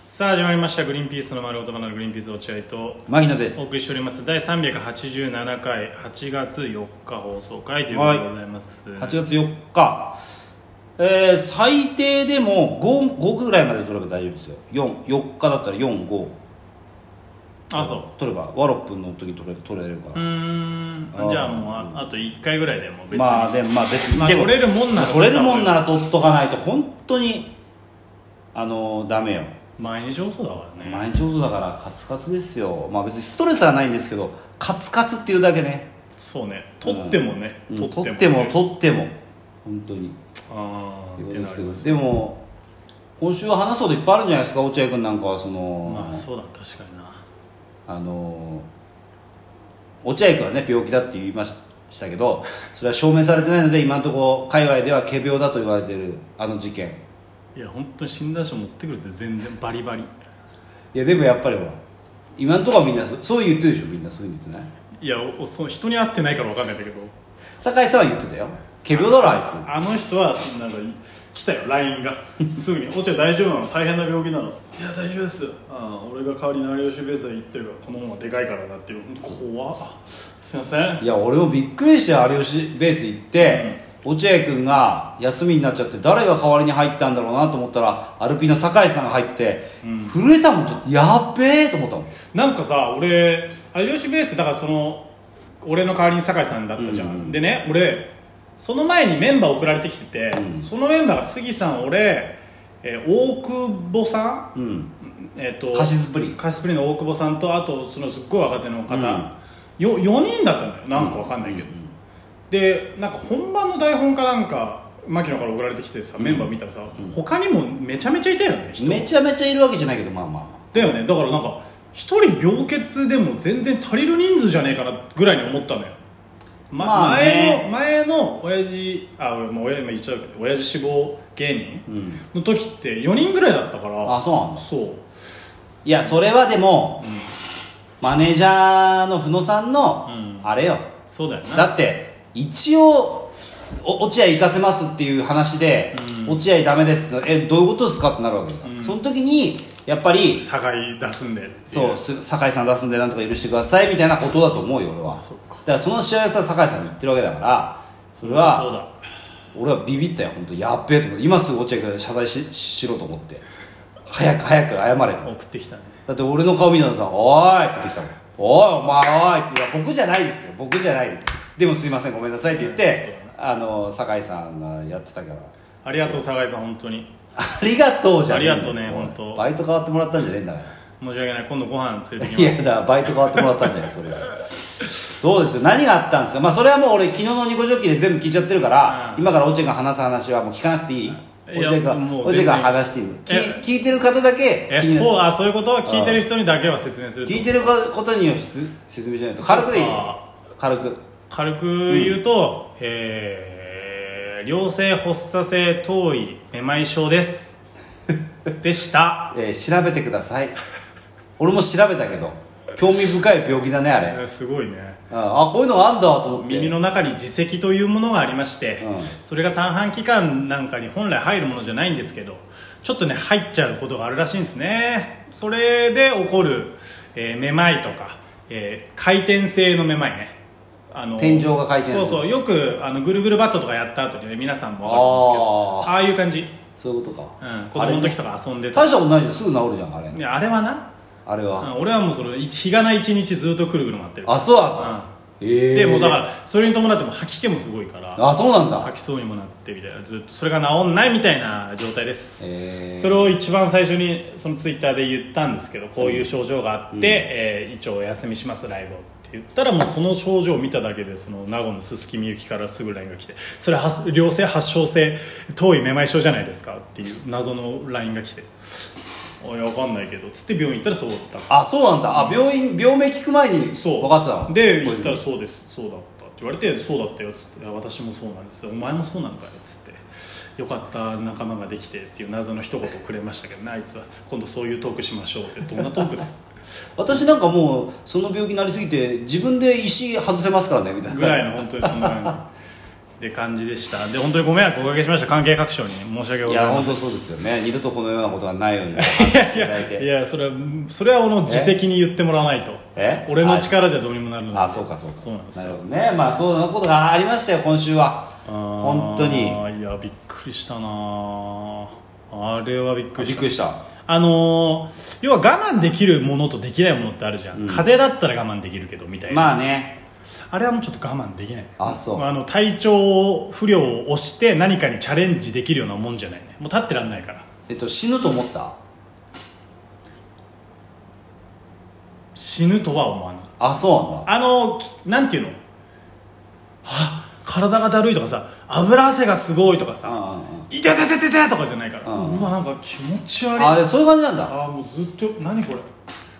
さあ始まりました「グリーンピースの丸言葉のグリーンピース落合」と牧野ですお送りしております第387回8月4日放送回ということでございます、 8月4日、えー最低でも 5, 5ぐらいまで取れば大丈夫ですよ4 4日だったら45あそう取ればワロップの時取れ取れるかうーら、んあーじゃあもうああと1回ぐらいでもう別に、まあでもまあ別に、まあでも取れるもんなら取れるもんなら取っとかないと本当にあのーダメよ毎日放送だからね毎日上手だからカツカツですよまあ別にストレスはないんですけどカツカツっていうだけねそうね取ってもね、うん取取っっててももね、取っても本当にああってってことでなすけりどますでも今週は話そうといっぱいあるんじゃないですか落合君なんかはその、まあそうだ確かになあのー落合君はね病気だって言いましたけどそれは証明されてないので今のところ界隈では仮病だと言われてるあの事件いや本当に診断書持ってくるって全然バリバリいやでもやっぱりほら今のところはみんなそそう言ってるでしょみんなそう言ってないいやおそう人に会ってないから分かんないんだけど酒井さんは言ってたよ仮病だろあいつあの人はなんか来たよ LINE がすぐに「落合大丈夫なの大変な病気なの」つって「いや大丈夫ですあ俺が代わりに有吉ベースで行ってるからこのままでかいからな」っていう怖っすいませんいや俺もびっくりして有吉ベース行って、落合君が休みになっちゃって誰が代わりに入ったんだろうなと思ったらアルピーの酒井さんが入ってて、震えたもんちょっとやっべえと思ったもんなんかさ俺有吉ベースだからその俺の代わりに酒井さんだったじゃん、でね俺その前にメンバー送られてきてて、そのメンバーが杉さん俺、えー大久保さん、うんえっとカシスプリンカシスプリンの大久保さんとあとそのすっごい若手の方、よ4人だったのよなんかわかんないけど、でなんか本番の台本かなんか牧野から送られてきてさメンバー見たらさ、他にもめちゃめちゃいたよね人めちゃめちゃいるわけじゃないけどまあまだよねだからなんか一人病欠でも全然足りる人数じゃねえかなぐらいに思ったのよ、ままあね前の前の親父あ俺もう親今言っちゃうけど親父志望芸人の時って4人ぐらいだったかあらあそうなんだそういやそれはでも、マネージャーの不野さんの、うんあれよそうだよなだって一応お落合行かせますっていう話で、落合ダメですってえどういうことですかってなるわけだ、その時にやっぱり差が出すんでっていそうす酒井さん出すんでなんとか許してくださいみたいなことだと思うよ俺はそっかだからその試合はさ酒井さんに言ってるわけだからそれそうはだ俺はビビったよ本当やっべえと思って今すぐ落合君謝罪ししろと思って早く早く謝れと送ってきたねだって俺の顔見たらさ「おーい」って言ってきたもん「おいお前おい」って言って僕じゃないですよ僕じゃないですでもすいませんごめんなさいって言ってあの酒井さんがやってたからありがとう酒井さん本当にありがとうじゃねえありんだよがとうねおい本当バイト変わってもらったんじゃねえんだから申し訳ない今度ご飯連れてきいまやすだからバイト変わってもらったんじゃないそれはそうですよ何があったんですかまあそれはもう俺昨日のニコジョッキで全部聞いちゃってるから、うん今から落合が話す話はもう聞かなくていいいや落合がもう落合全然が話していいのえ聞い聞いてる方だけえ気になるそうあそういうこと聞いてる人にだけは説明すると聞いてることにはし説明しないと軽くでいいよあ軽く軽く言うと、えー、良性発作性頭位めまい症です でしたえー調べてください俺も調べたけど興味深い病気だねあれ、うん、すごいねあこういうのがあんだと思って耳の中に耳石というものがありまして、うんそれが三半規管なんかに本来入るものじゃないんですけどちょっとね入っちゃうことがあるらしいんですねそれで起こる、えーめまいとか、えー回転性のめまいねあの天井が回転するそうそうよくあのぐるぐるバットとかやった後にね皆さんも分かるんですけどああいう感じそういうことか、うん、子供の時とか遊んでた大したことないじゃんすぐ治るじゃんあれいやあれはな、あれは、うん、俺はもうその日がない一日ずっとくるぐる回ってるあそうなんだ、ええでもうだからそれに伴っても吐き気もすごいからあそうなんだ吐きそうにもなってみたいなずっとそれが治んないみたいな状態です、ええそれを一番最初にそのツイッターで言ったんですけどこういう症状があって、えー一応お休みしますライブをって言ったらもうその症状を見ただけでその名護の鈴木みゆきからすぐ LINE が来てそれは良性発症性遠いめまい症じゃないですかっていう謎の LINE が来て「おいわかんないけど」つって病院行ったらそうだったあそうなんだあ病院病名聞く前にそう分かってたので言ったら「そうですそうだった」って言われて「そうだったよ」っつっていや「私もそうなんですお前もそうなのかよ」っつって「よかった仲間ができて」っていう謎の一言をくれましたけどねあいつは「今度そういうトークしましょう」ってどんなトークだ私なんかもうその病気になりすぎて自分で石外せますからねみたいなぐらいの本当にそんな感って感じでしたで本当にご迷惑をおかけしました関係各所に申し訳ごいざいやま本せん当そうですよね二度とこのようなことがない ようにいただいいてやそれはそれは俺の自責に言ってもらわないとえ俺の力じゃどうにもなるのであそうかそうかそうなんですよなるほどねまあそうなことがありましたよ今週は本当にあーいやびっくりしたなーあれはびっくりびしったくりしたあのー要は我慢できるものとできないものってあるじゃん、風邪だったら我慢できるけどみたいな、まあねあれはもうちょっと我慢できないあそうあの体調不良を押して何かにチャレンジできるようなもんじゃないねもう立ってらんないからえっと死ぬと思った死ぬとは思わないあそうなんだあのきなんていうのはあ体がだるいとかさ油汗がすごいとかうんさうんうん「いててててて」とかじゃないから、ううんわなんか気持ち悪いあそういう感じなんだあーもうずっと何これ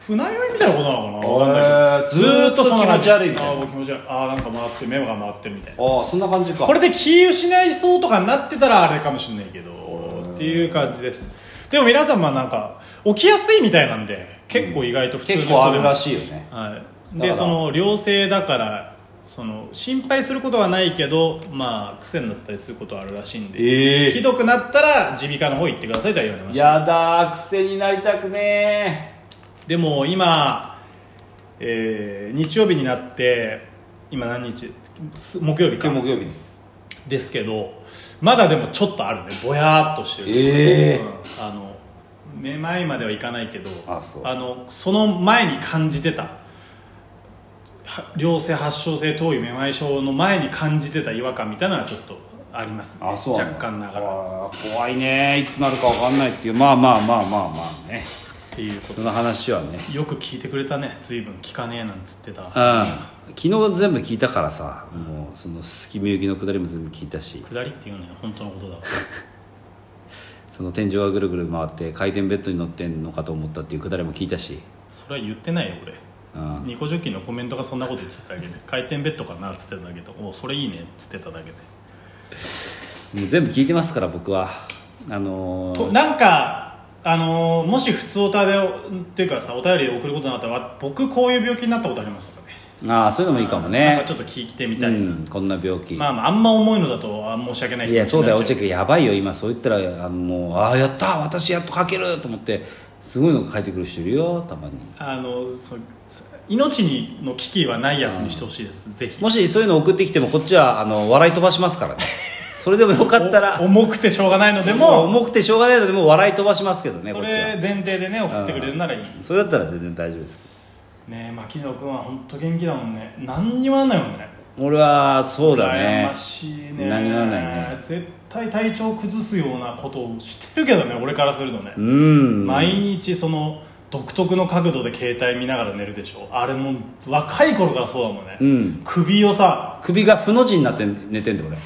船酔いみたいなことなのかなへーわかんないけどずーっとずそんな感じ気持ち悪いみたいなあーもう気持ち悪いあーなんか回って目が回ってるみたいなああそんな感じかこれで気失いそうとかになってたらあれかもしれないけどっていう感じですでも皆様なんか起きやすいみたいなんで結構意外と普通の結人でも構あるらしいよねはい、だかでらその良性だからその心配することはないけど、まあ、癖になったりすることはあるらしいんで、えひどくなったら耳鼻科の方行ってくださいとは言われましたやだー癖になりたくねでも今、えー日曜日になって今何日す木曜日ーか今日木曜日ですですけどまだでもちょっとあるねぼやーっとしてる、ええうんあのめまいまではいかないけどあそうのその前に感じてたは良性発症性頭位めまい症の前に感じてた違和感みたいなのはちょっとありますねあそう若干ながらっら怖いねいつなるかわかんないっていうまあまあまあまあまあねていうこその話はねとよく聞いてくれたね随分聞かねえなんつってたうん昨日全部聞いたからさ、もうそのすすきみゆきのくだりも全部聞いたし下りっていうのは本当のことだからその天井がぐるぐる回って回転ベッドに乗ってんのかと思ったっていうくだりも聞いたし、それは言ってないよ俺うん、ニコジョッキーのコメントがそんなこと言ってただけで回転ベッドかなっつってただけでおうそれいいねっつってただけでもう全部聞いてますから僕はあのとー、なんかあのーもし普通おたでっていうかさお便りで送ることになったら僕こういう病気になったことありますとかねああそういうのもいいかもなんかねちょっと聞いてみうたいな、んこんな病気、まあまああんま重いのだとあ申し訳ないいやそうだよ落合ク君やばいよ今そう言ったらあのもうああやった私やっと書けると思ってすごいの書いてくる人いるよたまにあのそう命にの危機はないやつにしてほしいです、ぜひもしそういうの送ってきてもこっちはあの笑い飛ばしますから ねそれでもよかったらお重くてしょうがないのでもうも重くてしょうがないのでもう笑い飛ばしますけどねこそっちれは前提でね送ってくれるならいいそれだったら全然大丈夫ですねえ牧野君は本当元気だもんね何にもなんないもんね俺はそうだ羨ねましいね何もなんないね絶対体調崩すようなことをしてるけどね俺からするとね、うん毎日その独特の角度で携帯見ながら寝るでしょあれもう若い頃からそうだもんね、うん首をさ首がふの字になって寝てんだ俺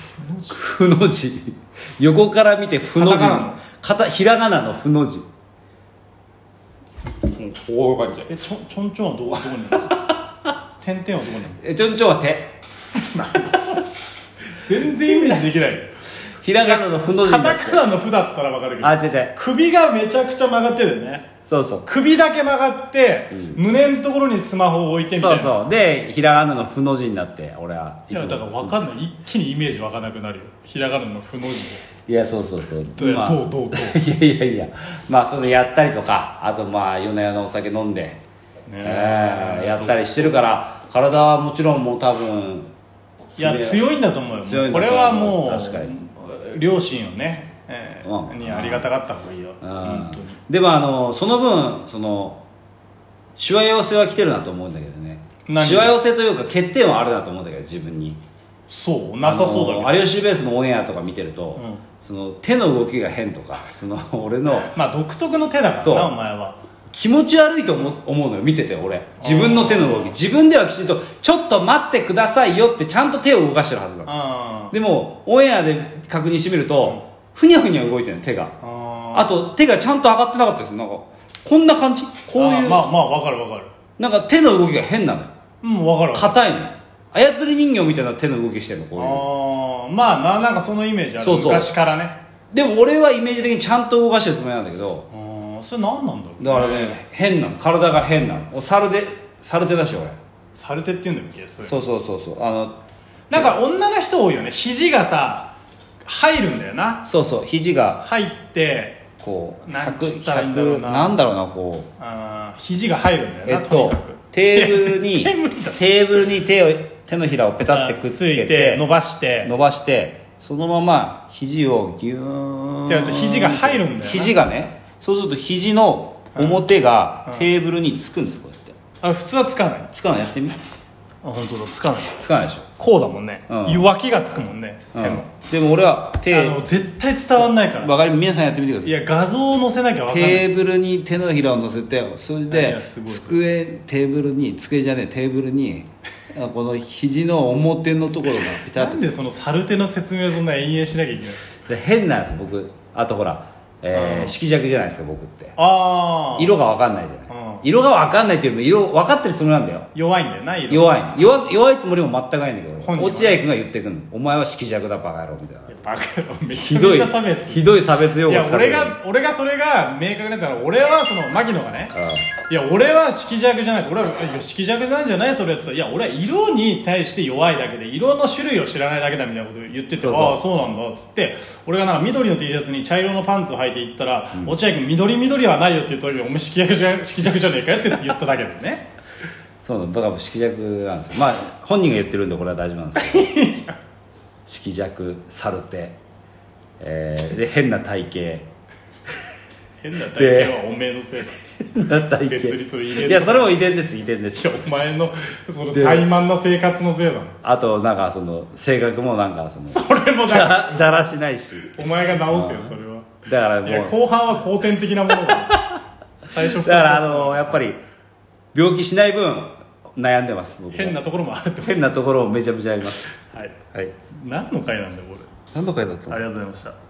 ふの字横から見てふの字カタカナの片ひらがなのふの字こういう感じえちょちょんちょんはどどこに いるの点々はどこにいるのえちょんちょんは手全然イメージできないひらがなのふの字カになっタてカナの「ふ」だったらわかるけどあ違う違う首がめちゃくちゃ曲がってるよねそうそう首だけ曲がって、胸のところにスマホを置いてみたいそうなそうでひらがなのふの字になって俺はいいやだから分かんない一気にイメージ湧かなくなるよひらがなの「ふ」の字いやそうそうそうで、まあどうどうどう いやいやいやまあそのやったりとかあとまあ夜な夜なお酒飲んで、ええやったりしてるから体はもちろんもう多分いや強いんだと思うよ強いんこだとれ思うはもう確かに両親をね、えーうんにありがたかった方がいいようん本当にでもあのその分そのしわ寄せは来てるなと思うんだけどね何しわ寄せというか欠点はあるなと思うんだけど自分にそうなさそうだけあどの有吉ベースのオンエアとか見てると、うんその手の動きが変とか その俺のまあ独特の手だからそうなお前は気持ち悪いと思思うのよ見てて俺自分の手の動き自分ではきちんと「ちょっと待ってくださいよ」ってちゃんと手を動かしてるはずなのあでもオンエアで確認してみると、ふにゃふにゃ動いてるの手があーあと手がちゃんと上がってなかったですなんかこんな感じこうあいーうまあまあ分かる分かるなんか手の動きが変なのようん分かる分かる硬いのよ操り人形みたいな手の動きしてるのこういうあーまあななんかそのイメージあるそうそう昔からねでも俺はイメージ的にちゃんと動かしてるつもりなんだけどうんそれ何なんだろうだからね変なの体が変なのお猿で猿手だし俺サルテって言うんだっけそれそうそうそうそうあのなんか女の人多いよね肘がさ入るんだよなそうそう肘が入ってこうなんつ100ったらいいんだろうななんだろうなこうあー肘が入るんだよな、えっとにとかくテーブ ルいにや絶対無理だテーブルに手を手のひらをペタってくっつけいてて伸ばして伸ばしてそのまま肘をギューンであと肘が入るんだよな肘がねそうすると肘の表がテーブルにつくんですこうやってあ普通はつかないあつかないやってみ本当だつかないつかないでしょこうだもんね、うん脇がつくもんね手うの、んでも俺は手あの絶対伝わんないからわかり皆さんやってみてくださいいや画像を載せなきゃわかんないテーブルに手のひらを乗せてそれいでやすごい机テーブルに机じゃねえテーブルにあこの肘の表のところがピタなッとんでそのサルテの説明をそんな延々しなきゃいけない で変なんです僕あとほら、えー色弱じゃないですか僕ってああ色が分かんないじゃうんない色が分かんないっていうよりも色分かってるつもりなんだよ弱いんだよな色弱い弱弱いつもりも全くないんだけど本人は落合君が言ってくんのお前は色弱だバカ野郎みたいなバカ野郎めちひゃどめいちゃ差別ひどい差別用い語や使って俺くるが俺がそれが明確になったら俺はその牧野がねいや俺は色弱じゃない俺はいや色弱なんじゃないそれって言ったらいや俺は色に対して弱いだけで色の種類を知らないだけだみたいなこと言っててそうそうああそうなんだっつって俺がなんか緑の T シャツに茶色のパンツを履いていったら、落合君緑緑はないよって言うとお前色弱じゃ色弱じゃねえかよって言っただけだよねそうなのだから色弱なんですよまあ本人が言ってるんでこれは大丈夫な んですけど色弱サルテ、えーで変な体型変な体型はおめえのせいだ変な体型別にそれ遺伝いやそれも遺伝です遺伝ですいやお前のそので怠慢な生活のせいだなあとなんかその性格もなんかそのそれも だだだらしないしお前が直せよそれはだからもいやう後半は後天的なものだ最初2つだからあのやっぱり病気しない分悩んでます僕も変なところもあるってこ変なところもめちゃめちゃありますとはいはい何の回なんだよこれ何の回だったありがとうございました